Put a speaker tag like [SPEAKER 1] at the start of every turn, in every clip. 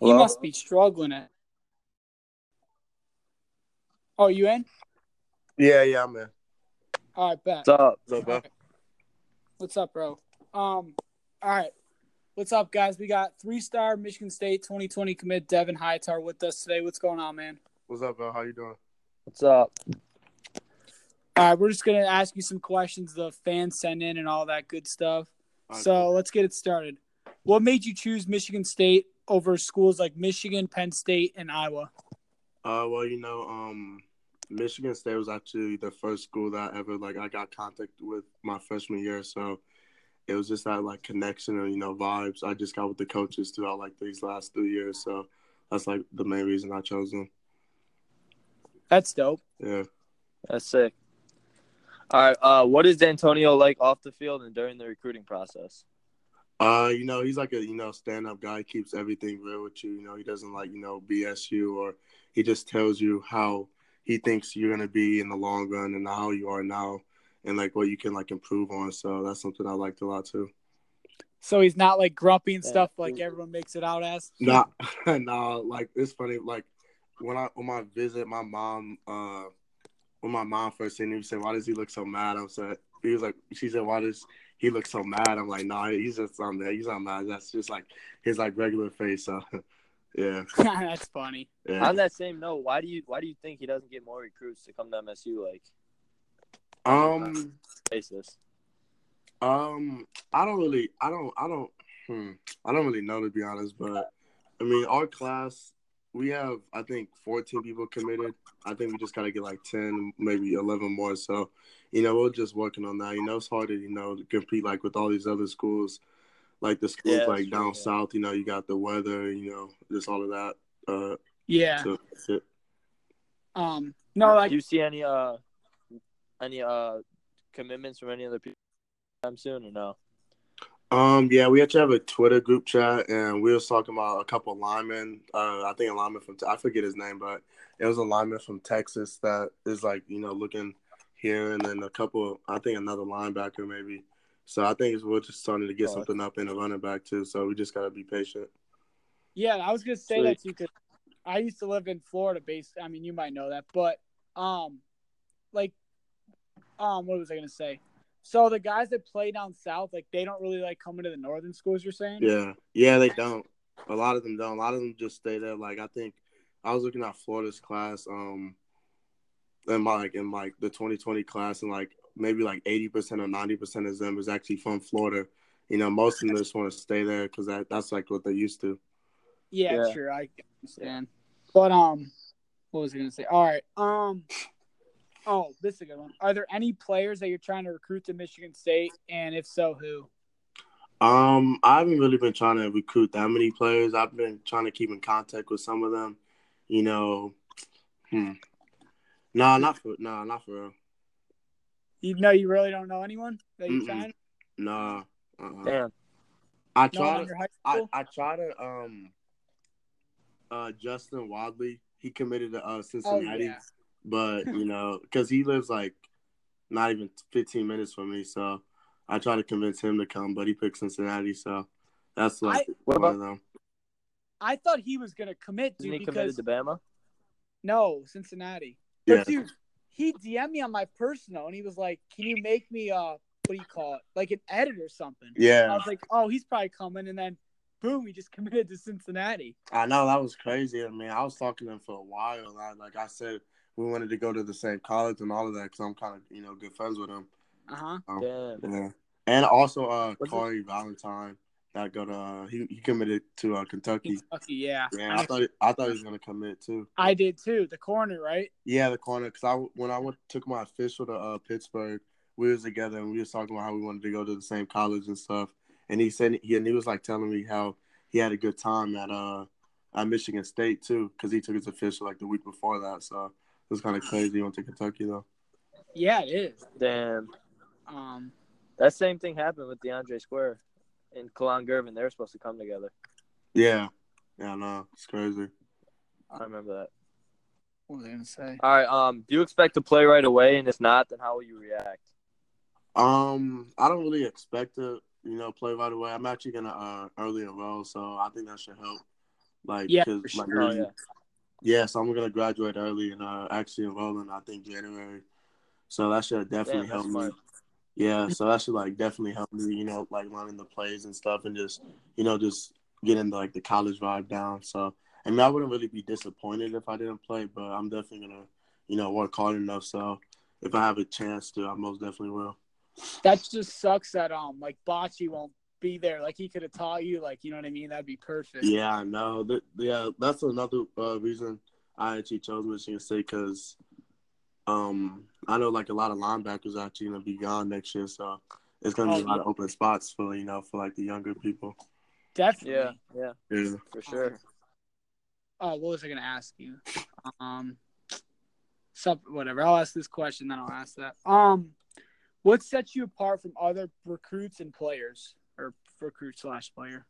[SPEAKER 1] He
[SPEAKER 2] Hello?
[SPEAKER 1] must be struggling it. Oh, you in?
[SPEAKER 2] Yeah, yeah, man.
[SPEAKER 1] All right, bet.
[SPEAKER 3] What's up?
[SPEAKER 2] What's up, bro?
[SPEAKER 1] What's up, bro? Um, all right. What's up, guys? We got three star Michigan State 2020 commit Devin Hightar with us today. What's going on, man?
[SPEAKER 2] What's up, bro? How you doing?
[SPEAKER 3] What's up?
[SPEAKER 1] All right, we're just gonna ask you some questions the fans send in and all that good stuff. So let's get it started. What made you choose Michigan State over schools like Michigan, Penn State, and Iowa?
[SPEAKER 2] Uh, well, you know, um, Michigan State was actually the first school that I ever like I got contact with my freshman year, so it was just that like connection and you know vibes. I just got with the coaches throughout like these last three years, so that's like the main reason I chose them.
[SPEAKER 1] That's dope.
[SPEAKER 2] Yeah,
[SPEAKER 3] That's sick. All right. Uh, what is D'Antonio like off the field and during the recruiting process?
[SPEAKER 2] uh, you know, he's like a you know stand up guy. He keeps everything real with you. You know, he doesn't like you know BS you or he just tells you how he thinks you're gonna be in the long run and how you are now and like what you can like improve on. So that's something I liked a lot too.
[SPEAKER 1] So he's not like grumpy and
[SPEAKER 3] Yeah.
[SPEAKER 1] stuff like everyone makes it out as.
[SPEAKER 2] Nah, nah. Like it's funny. Like when I on my visit, my mom, uh, when my mom first seen him, she said, "Why does he look so mad?" I'm said, he was like, she said, "Why does he look so mad?" I'm like, "Nah, he's just on there. He's not mad. That's just like his like regular face." So, yeah,
[SPEAKER 1] That's funny.
[SPEAKER 2] yeah.
[SPEAKER 3] On that same note, why do you why do you think he doesn't get more recruits to come to MSU like
[SPEAKER 2] Um,
[SPEAKER 3] basis?
[SPEAKER 2] um, I don't really, I don't, I don't, hmm, I don't really know to be honest. But I mean, our class, we have I think 14 people committed. I think we just gotta get like 10, maybe 11 more. So, you know, we're just working on that. You know, it's hard to you know to compete like with all these other schools, like the schools
[SPEAKER 3] Yeah, that's
[SPEAKER 2] like
[SPEAKER 3] true,
[SPEAKER 2] down
[SPEAKER 3] yeah.
[SPEAKER 2] south. You know, you got the weather. You know, just all of that. Uh,
[SPEAKER 1] Yeah.
[SPEAKER 2] so that's it.
[SPEAKER 1] Um. No, like
[SPEAKER 3] do you see any uh any uh commitments from any other people time soon or no?
[SPEAKER 2] Um, yeah, we actually have a Twitter group chat, and we was talking about a couple linemen. Uh, I think a lineman from I forget his name, but it was a lineman from Texas that is like you know looking here, and then a couple. I think another linebacker maybe. So I think it's, we're just starting to get
[SPEAKER 3] Oh,
[SPEAKER 2] something up in a running back too. So we just gotta be patient.
[SPEAKER 1] Yeah, I was gonna say that too because I used to live in Florida. Based, I mean, you might know that, but um, like, um, what was I gonna say? So the guys that play down south, like, they don't really like coming to the northern schools. You're saying?
[SPEAKER 2] Yeah, yeah, they don't. A lot of them don't. A lot of them just stay there. Like I think I was looking at Florida's class, um, and my like in like the 2020 class, and like maybe like 80 percent or 90 percent of them is actually from Florida. You know, most of them just want to stay there because that, that's like what they used to.
[SPEAKER 1] Yeah,
[SPEAKER 3] Yeah.
[SPEAKER 1] sure, I understand. But um, what was I gonna say? All right, um, oh, this is a good one. Are there any players that you're trying to recruit to Michigan State, and if so, who?
[SPEAKER 2] Um, I haven't really been trying to recruit that many players. I've been trying to keep in contact with some of them. You know, hmm. Nah, not for nah, not for real.
[SPEAKER 1] You know, you really don't know anyone that you're
[SPEAKER 2] Mm-mm.
[SPEAKER 1] trying.
[SPEAKER 2] Nah. Uh-uh.
[SPEAKER 3] Damn.
[SPEAKER 2] I
[SPEAKER 1] No one
[SPEAKER 2] try
[SPEAKER 1] in
[SPEAKER 2] to
[SPEAKER 1] your high
[SPEAKER 2] I,
[SPEAKER 1] school.
[SPEAKER 2] I try to um uh Justin Wadley. He committed to uh,
[SPEAKER 1] oh
[SPEAKER 2] Cincinnati,
[SPEAKER 1] yeah.
[SPEAKER 2] but you know, because he lives like not even 15 minutes from me, so I try to convince him to come, but he picked Cincinnati, so that's like
[SPEAKER 3] What about
[SPEAKER 2] one of them.
[SPEAKER 1] I thought he was gonna commit,
[SPEAKER 3] isn't
[SPEAKER 1] dude.
[SPEAKER 3] he
[SPEAKER 1] because
[SPEAKER 3] committed to Bama?
[SPEAKER 1] No, Cincinnati. But
[SPEAKER 2] Yeah,
[SPEAKER 1] dude, he DM'd me on my personal and he was like, Can you make me uh what do you call it? Like an edit or something. I
[SPEAKER 2] yeah,
[SPEAKER 1] was like, Oh, he's probably coming and then boom, he just committed to Cincinnati.
[SPEAKER 2] I know that was crazy. I mean, I was talking to him for a while, and I, like I said, we wanted to go to the same college and all of that because I'm kind of you know good friends with him.
[SPEAKER 1] Uh-huh.
[SPEAKER 3] Damn.
[SPEAKER 2] Yeah, and also uh
[SPEAKER 3] What's his-
[SPEAKER 2] Corey Valentine that go to uh, he he committed to uh, Kentucky.
[SPEAKER 1] Kentucky, yeah.
[SPEAKER 2] Yeah, I thought I thought he was gonna commit too.
[SPEAKER 1] I did too. The corner, right?
[SPEAKER 2] Yeah, the corner. Cause I when I went took my official to uh, Pittsburgh, we was together and we was talking about how we wanted to go to the same college and stuff. And he said he and he was like telling me how he had a good time at uh at Michigan State too, cause he took his official like the week before that. So it was kind of crazy. He went to Kentucky though.
[SPEAKER 1] Yeah, it is.
[SPEAKER 3] Damn.
[SPEAKER 1] Um
[SPEAKER 3] That same thing happened with DeAndre Square and Kalon Gervin. They were supposed to come together.
[SPEAKER 2] Yeah, yeah, no, it's crazy.
[SPEAKER 3] I remember that.
[SPEAKER 1] what was I gonna say?
[SPEAKER 3] All right. Um, do you expect to play right away? And if not, then how will you react?
[SPEAKER 2] Um, I don't really expect to you know play right away. I'm actually gonna uh early enroll, so I think that should help. Like,
[SPEAKER 1] Yeah,
[SPEAKER 2] cause,
[SPEAKER 1] for sure.
[SPEAKER 2] like,
[SPEAKER 3] Oh,
[SPEAKER 2] we-
[SPEAKER 3] yeah.
[SPEAKER 2] yeah, so I'm gonna graduate early and uh, actually enroll in I think January. So that should definitely
[SPEAKER 3] Damn,
[SPEAKER 2] help
[SPEAKER 3] that's
[SPEAKER 2] me.
[SPEAKER 3] smart.
[SPEAKER 2] Yeah, so that should like definitely help me, you know, like learning the plays and stuff and just, you know, just getting like the college vibe down. So I mean I wouldn't really be disappointed if I didn't play, but I'm definitely gonna, you know, work hard enough. So if I have a chance to, I most definitely will.
[SPEAKER 1] That just sucks that um like Bocce won't be there. Like he could have taught you. Like you know what I mean? That'd be perfect.
[SPEAKER 2] Yeah, I know. Th- yeah, that's another uh, reason I actually chose Michigan State because um, I know like a lot of linebackers are actually gonna be gone next year, so it's gonna be a
[SPEAKER 1] Oh,
[SPEAKER 2] lot of open spots for you know for like the younger people.
[SPEAKER 1] Definitely.
[SPEAKER 3] Yeah, yeah,
[SPEAKER 2] Yeah.
[SPEAKER 3] for sure.
[SPEAKER 1] Oh, what was I gonna ask you? Um, some whatever. I'll ask this question, then I'll ask that. Um, what sets you apart from other recruits and players, or recruit slash player?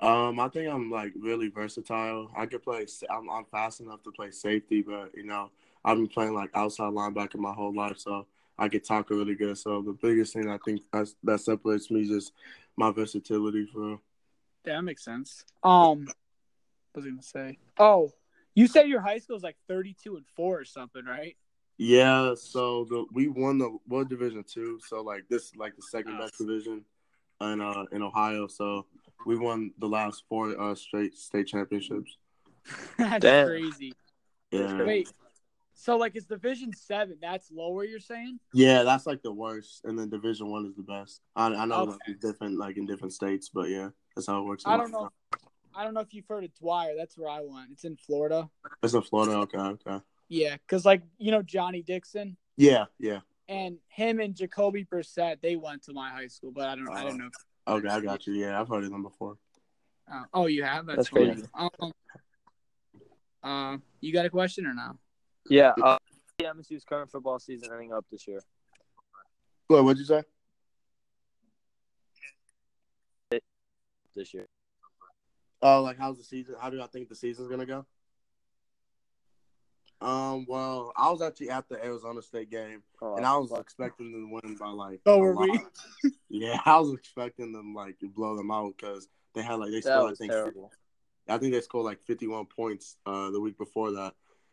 [SPEAKER 2] Um, I think I'm like really versatile. I could play. sa- I'm, I'm fast enough to play safety, but you know I've been playing like outside linebacker my whole life, so I could tackle really good. So the biggest thing I think that's, that separates me is just my versatility for. real.
[SPEAKER 1] Yeah, that makes sense. Um, what was I gonna say? Oh, you said your high school is like thirty-two and four or something, right?
[SPEAKER 2] Yeah, so the we won the what division two, so like this is like the second best division in uh in Ohio. So we won the last four uh straight state championships.
[SPEAKER 1] That's
[SPEAKER 3] Damn.
[SPEAKER 1] crazy.
[SPEAKER 2] Yeah.
[SPEAKER 1] Wait, so like it's Division Seven? That's lower. You're saying?
[SPEAKER 2] Yeah, that's like the worst, and then Division One is the best. I I know like,
[SPEAKER 1] Okay.
[SPEAKER 2] it's different like in different states, but yeah, that's how it works. in
[SPEAKER 1] I don't know.
[SPEAKER 2] Ohio.
[SPEAKER 1] I don't know if you've heard of Dwyer. That's where I went. It's in Florida.
[SPEAKER 2] It's in Florida. Okay, okay.
[SPEAKER 1] Yeah, because like you know Johnny Dixon.
[SPEAKER 2] Yeah, yeah.
[SPEAKER 1] and him and Jacoby Brissett, they went to my high school, but I don't, I don't know. if-
[SPEAKER 2] Okay, I got you. Yeah, I've heard of them before.
[SPEAKER 1] uh, oh, you have
[SPEAKER 3] That's
[SPEAKER 1] that's, cool.
[SPEAKER 3] crazy.
[SPEAKER 1] Um, uh, you got a question or no?
[SPEAKER 3] Yeah. Uh, yeah, MSU's current football season ending up this year.
[SPEAKER 2] Wait, what'd you say?
[SPEAKER 3] This year,
[SPEAKER 2] Oh, like how's the season? How do I think the season's gonna go? Um, well, I was actually at the Arizona State game,
[SPEAKER 3] oh,
[SPEAKER 2] and I was expecting them to win by like.
[SPEAKER 1] So
[SPEAKER 2] a
[SPEAKER 1] were we.
[SPEAKER 2] lot. Yeah, I was expecting them like to blow them out because they had like they
[SPEAKER 3] that
[SPEAKER 2] scored. I
[SPEAKER 3] was
[SPEAKER 2] think
[SPEAKER 3] terrible.
[SPEAKER 2] I think they scored like fifty-one points uh the week before that.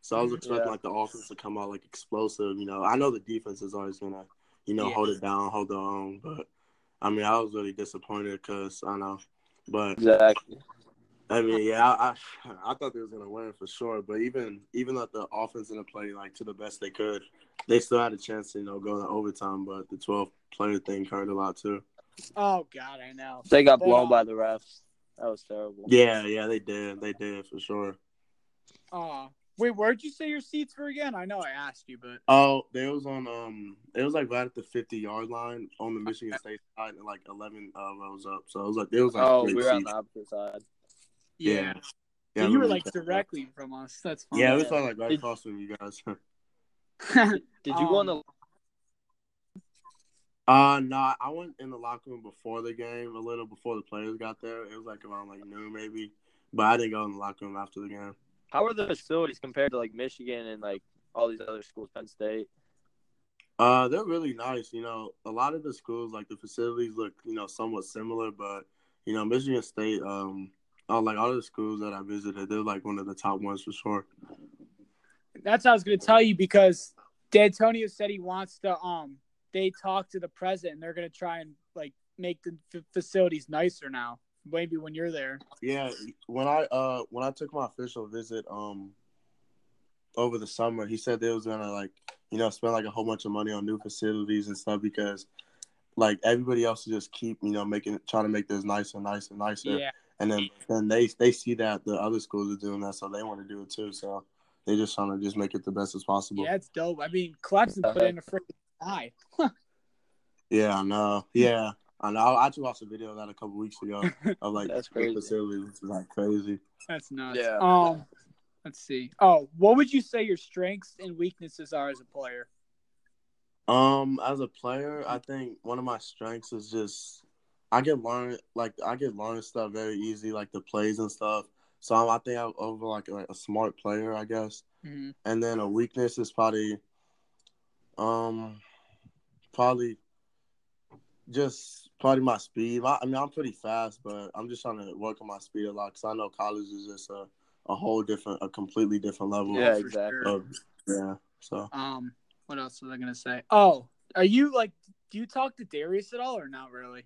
[SPEAKER 2] So I was
[SPEAKER 1] Mhm.
[SPEAKER 2] expecting
[SPEAKER 3] Mm-hmm. Yeah.
[SPEAKER 2] like the offense to come out like explosive. You know, I know the defense is always gonna you know
[SPEAKER 1] Yeah.
[SPEAKER 2] hold it down, hold their own, but I mean I was really disappointed because I know, but
[SPEAKER 3] Exactly.
[SPEAKER 2] I mean, yeah, I, I I thought they was gonna win for sure, but even even though the offense didn't play like to the best they could, they still had a chance to you know go to overtime. But the twelve player thing hurt a lot too.
[SPEAKER 1] Oh God, I know.
[SPEAKER 3] They got
[SPEAKER 1] But,
[SPEAKER 3] blown
[SPEAKER 1] um,
[SPEAKER 3] by the refs. That was terrible.
[SPEAKER 2] Yeah, yeah, they did, they did for sure.
[SPEAKER 1] Uh, wait, where'd you say your seats were again? I know I asked you, but
[SPEAKER 2] Oh, they was on um, it was like right at the fifty yard line on the Michigan State side, and like eleven uh, rows up. So it was like it was like
[SPEAKER 3] Oh, we
[SPEAKER 2] three
[SPEAKER 3] were on
[SPEAKER 2] seats.
[SPEAKER 3] the opposite side.
[SPEAKER 2] yeah,
[SPEAKER 1] yeah, So
[SPEAKER 2] Yeah, I
[SPEAKER 1] you were
[SPEAKER 2] remember
[SPEAKER 1] like
[SPEAKER 2] that.
[SPEAKER 1] directly from us. That's funny.
[SPEAKER 2] Yeah, it was
[SPEAKER 3] yeah.
[SPEAKER 2] probably like right
[SPEAKER 3] Did-
[SPEAKER 2] across from you guys.
[SPEAKER 3] Did you go on the?
[SPEAKER 1] Um,
[SPEAKER 2] Uh no, I went in the locker room before the game, a little before the players got there. It was like around like noon maybe, but I didn't go in the locker room after the game.
[SPEAKER 3] How are the facilities compared to like Michigan and like all these other schools, Penn State?
[SPEAKER 2] Uh, they're really nice. You know, a lot of the schools like the facilities look you know somewhat similar, but you know Michigan State, um, uh, like all the schools that I visited, they're like one of the top ones for sure.
[SPEAKER 1] That's what I was gonna tell you because D'Antonio said he wants to. Um, they talk to the president. and They're gonna try and like make the f- facilities nicer now. Maybe when you're there.
[SPEAKER 2] Yeah, when I uh when I took my official visit um over the summer, he said they was gonna like you know spend like a whole bunch of money on new facilities and stuff because like everybody else is just keep you know making trying to make this nicer, nicer, nicer,
[SPEAKER 1] Yeah,
[SPEAKER 2] and then then they they see that the other schools are doing that, so they want to do it too. So they just trying to just make it the best as possible.
[SPEAKER 1] yeah, it's dope. I mean, Clemson put in a freaking eye.
[SPEAKER 2] Yeah, I know. Yeah, I know. I actually watched a video of that a couple weeks ago
[SPEAKER 3] Oh.
[SPEAKER 2] of like
[SPEAKER 3] That's
[SPEAKER 2] the
[SPEAKER 3] crazy.
[SPEAKER 2] facilities, which is like crazy.
[SPEAKER 1] That's nuts.
[SPEAKER 3] Yeah.
[SPEAKER 1] Um, let's see. Oh, what would you say your strengths and weaknesses are as a player?
[SPEAKER 2] Um, as a player, I think one of my strengths is just I can learn like I can learn stuff very easy, like the plays and stuff. So I'm, I think I'm over like a, a smart player, I guess.
[SPEAKER 1] Mm-hmm.
[SPEAKER 2] And then a weakness is probably, um, probably just probably my speed. I, I mean, I'm pretty fast, but I'm just trying to work on my speed a lot because I know college is just a, a whole different, a completely different level.
[SPEAKER 3] Yeah,
[SPEAKER 2] of-
[SPEAKER 3] exactly. Oh.
[SPEAKER 2] of, yeah. So
[SPEAKER 1] Um, what else was I gonna say? Oh, are you like? Do you talk to Darius at all, or not really?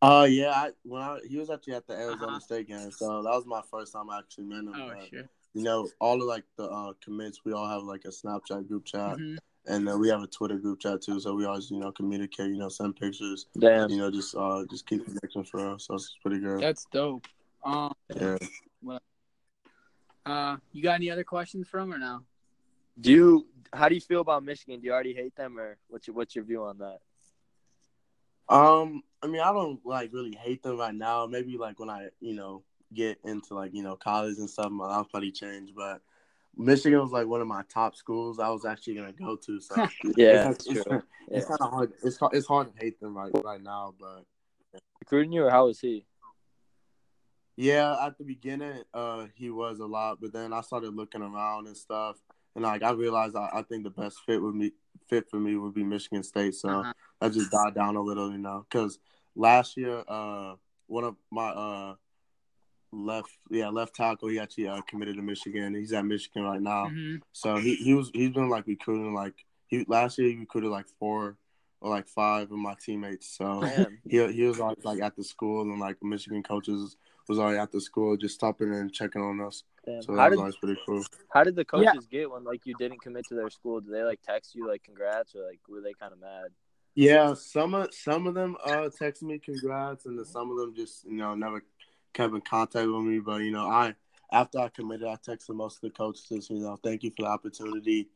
[SPEAKER 2] Uh yeah, I, when I he was actually at the Arizona
[SPEAKER 1] Uh-huh.
[SPEAKER 2] State game, so that was my first time I actually met him.
[SPEAKER 1] Oh
[SPEAKER 2] but,
[SPEAKER 1] shit.
[SPEAKER 2] You know, all of like the uh, commits, we all have like a Snapchat group chat,
[SPEAKER 1] Mhm.
[SPEAKER 2] and uh, we have a Twitter group chat too. So we always you know communicate, you know, send pictures,
[SPEAKER 3] Damn.
[SPEAKER 2] you know, just uh just keep connection for us. So it's pretty good.
[SPEAKER 1] That's dope. Um,
[SPEAKER 2] Yeah.
[SPEAKER 1] uh, you got any other questions from or no?
[SPEAKER 3] Do you? How do you feel about Michigan? Do you already hate them, or what's your what's your view on that?
[SPEAKER 2] Um, I mean, I don't like really hate them right now. Maybe like when I, you know, get into like you know college and stuff, my life probably change. But Michigan was like one of my top schools I was actually gonna go to. So
[SPEAKER 3] Yeah,
[SPEAKER 2] It's-
[SPEAKER 3] that's
[SPEAKER 2] it's-
[SPEAKER 3] true.
[SPEAKER 2] It's
[SPEAKER 3] Yeah.
[SPEAKER 2] kind of hard. It's hard- it's hard to hate them right right now, but
[SPEAKER 3] Recruiting you, or how is he?
[SPEAKER 2] yeah, at the beginning, uh, he was a lot, but then I started looking around and stuff, and like I realized I, I think the best fit with me fit for me would be Michigan State, so
[SPEAKER 1] Uh-huh.
[SPEAKER 2] I just died down a little, you know, because last year, uh, one of my uh left yeah left tackle he actually uh, committed to Michigan. He's at Michigan right now.
[SPEAKER 3] Mm-hmm.
[SPEAKER 1] Mhm.
[SPEAKER 2] So he, he was he's been like recruiting like he last year he recruited like four or like five of my teammates. So
[SPEAKER 3] Damn.
[SPEAKER 2] he he was always like at the school and like Michigan coaches was already at the school just stopping and checking on us.
[SPEAKER 3] Damn.
[SPEAKER 2] So
[SPEAKER 3] How
[SPEAKER 2] that was
[SPEAKER 3] did
[SPEAKER 2] always pretty cool.
[SPEAKER 3] how did the coaches get when like you didn't commit to their school? Did they like text you like congrats or like were they kind of mad?
[SPEAKER 2] Yeah, some of some of them uh text me congrats and then some of them just you know never kept in contact with me. But you know I after I committed I texted most of the coaches you know thank you for the opportunity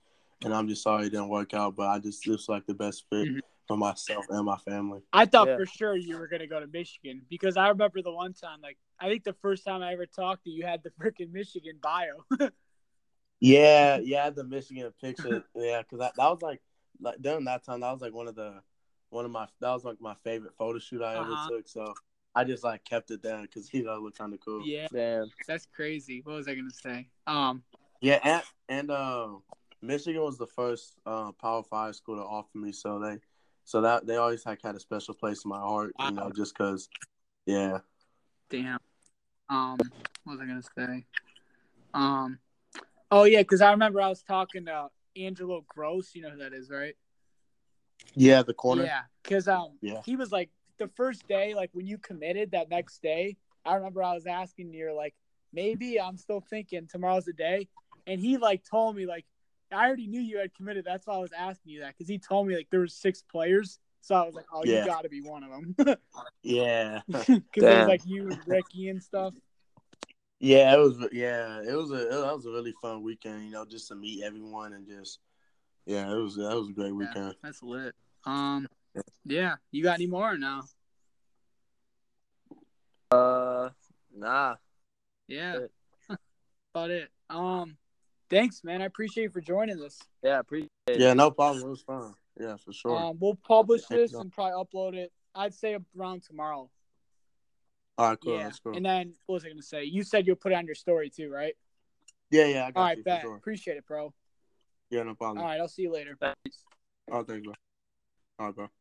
[SPEAKER 2] and I'm just sorry it didn't work out. But I just this was like the best fit
[SPEAKER 1] Mhm.
[SPEAKER 2] for myself and my family.
[SPEAKER 1] I thought
[SPEAKER 3] Yeah.
[SPEAKER 1] for sure you were gonna go to Michigan because I remember the one time, like I think the first time I ever talked to you, you had the freaking Michigan bio.
[SPEAKER 2] Yeah, yeah, the Michigan picture. Yeah, because that, that was like, like during that time, that was like one of the one of my that was like my favorite photo shoot I ever
[SPEAKER 1] Uh-huh.
[SPEAKER 2] took. So I just like kept it down because you know it looked kind of cool.
[SPEAKER 1] yeah,
[SPEAKER 3] Damn.
[SPEAKER 1] that's crazy. What was I gonna say? Um,
[SPEAKER 2] Yeah, and and uh, Michigan was the first uh, Power Five school to offer me, so they so that they always like had a special place in my heart, you know,
[SPEAKER 1] Wow.
[SPEAKER 2] just because. Yeah,
[SPEAKER 1] Damn. Um, what was I gonna say? Um, oh yeah, because I remember I was talking to Angelo Gross. You know who that is, right?
[SPEAKER 2] yeah, the corner.
[SPEAKER 1] Yeah, because um,
[SPEAKER 2] Yeah.
[SPEAKER 1] he was like the first day, like when you committed that next day. I remember I was asking you, like maybe I'm still thinking tomorrow's the day, and he like told me like I already knew you had committed. That's why I was asking you that because he told me like there was six players, so I was like, oh,
[SPEAKER 2] Yeah.
[SPEAKER 1] you got to be one of them
[SPEAKER 2] yeah.
[SPEAKER 1] because it was
[SPEAKER 3] Damn.
[SPEAKER 1] like you, and Ricky, and stuff.
[SPEAKER 2] Yeah, it was. Yeah, it was a it, that was a really fun weekend. You know, just to meet everyone and just yeah, it was that was a great weekend.
[SPEAKER 1] That's lit. Um, yeah. You got any more now?
[SPEAKER 3] Uh, nah.
[SPEAKER 1] Yeah.
[SPEAKER 3] That's it.
[SPEAKER 1] About it. Um, thanks, man. I appreciate you for joining us.
[SPEAKER 3] Yeah, appreciate. it.
[SPEAKER 2] Yeah, no problem. It was fun. Yeah, for sure.
[SPEAKER 1] Um, we'll publish
[SPEAKER 2] Yeah,
[SPEAKER 1] this
[SPEAKER 2] no.
[SPEAKER 1] and probably upload it. I'd say around tomorrow.
[SPEAKER 2] all right, cool.
[SPEAKER 1] yeah.
[SPEAKER 2] That's cool.
[SPEAKER 1] And then what was I gonna say? You said you'll put it on your story too, right?
[SPEAKER 2] yeah, yeah, I got
[SPEAKER 1] All
[SPEAKER 2] you
[SPEAKER 1] right,
[SPEAKER 2] for
[SPEAKER 1] bet.
[SPEAKER 2] sure. Um,
[SPEAKER 1] Appreciate it, bro.
[SPEAKER 2] Yeah, no
[SPEAKER 1] All
[SPEAKER 2] problem.
[SPEAKER 1] right, I'll see you later.
[SPEAKER 2] Oh, thanks, bro. All right, bro.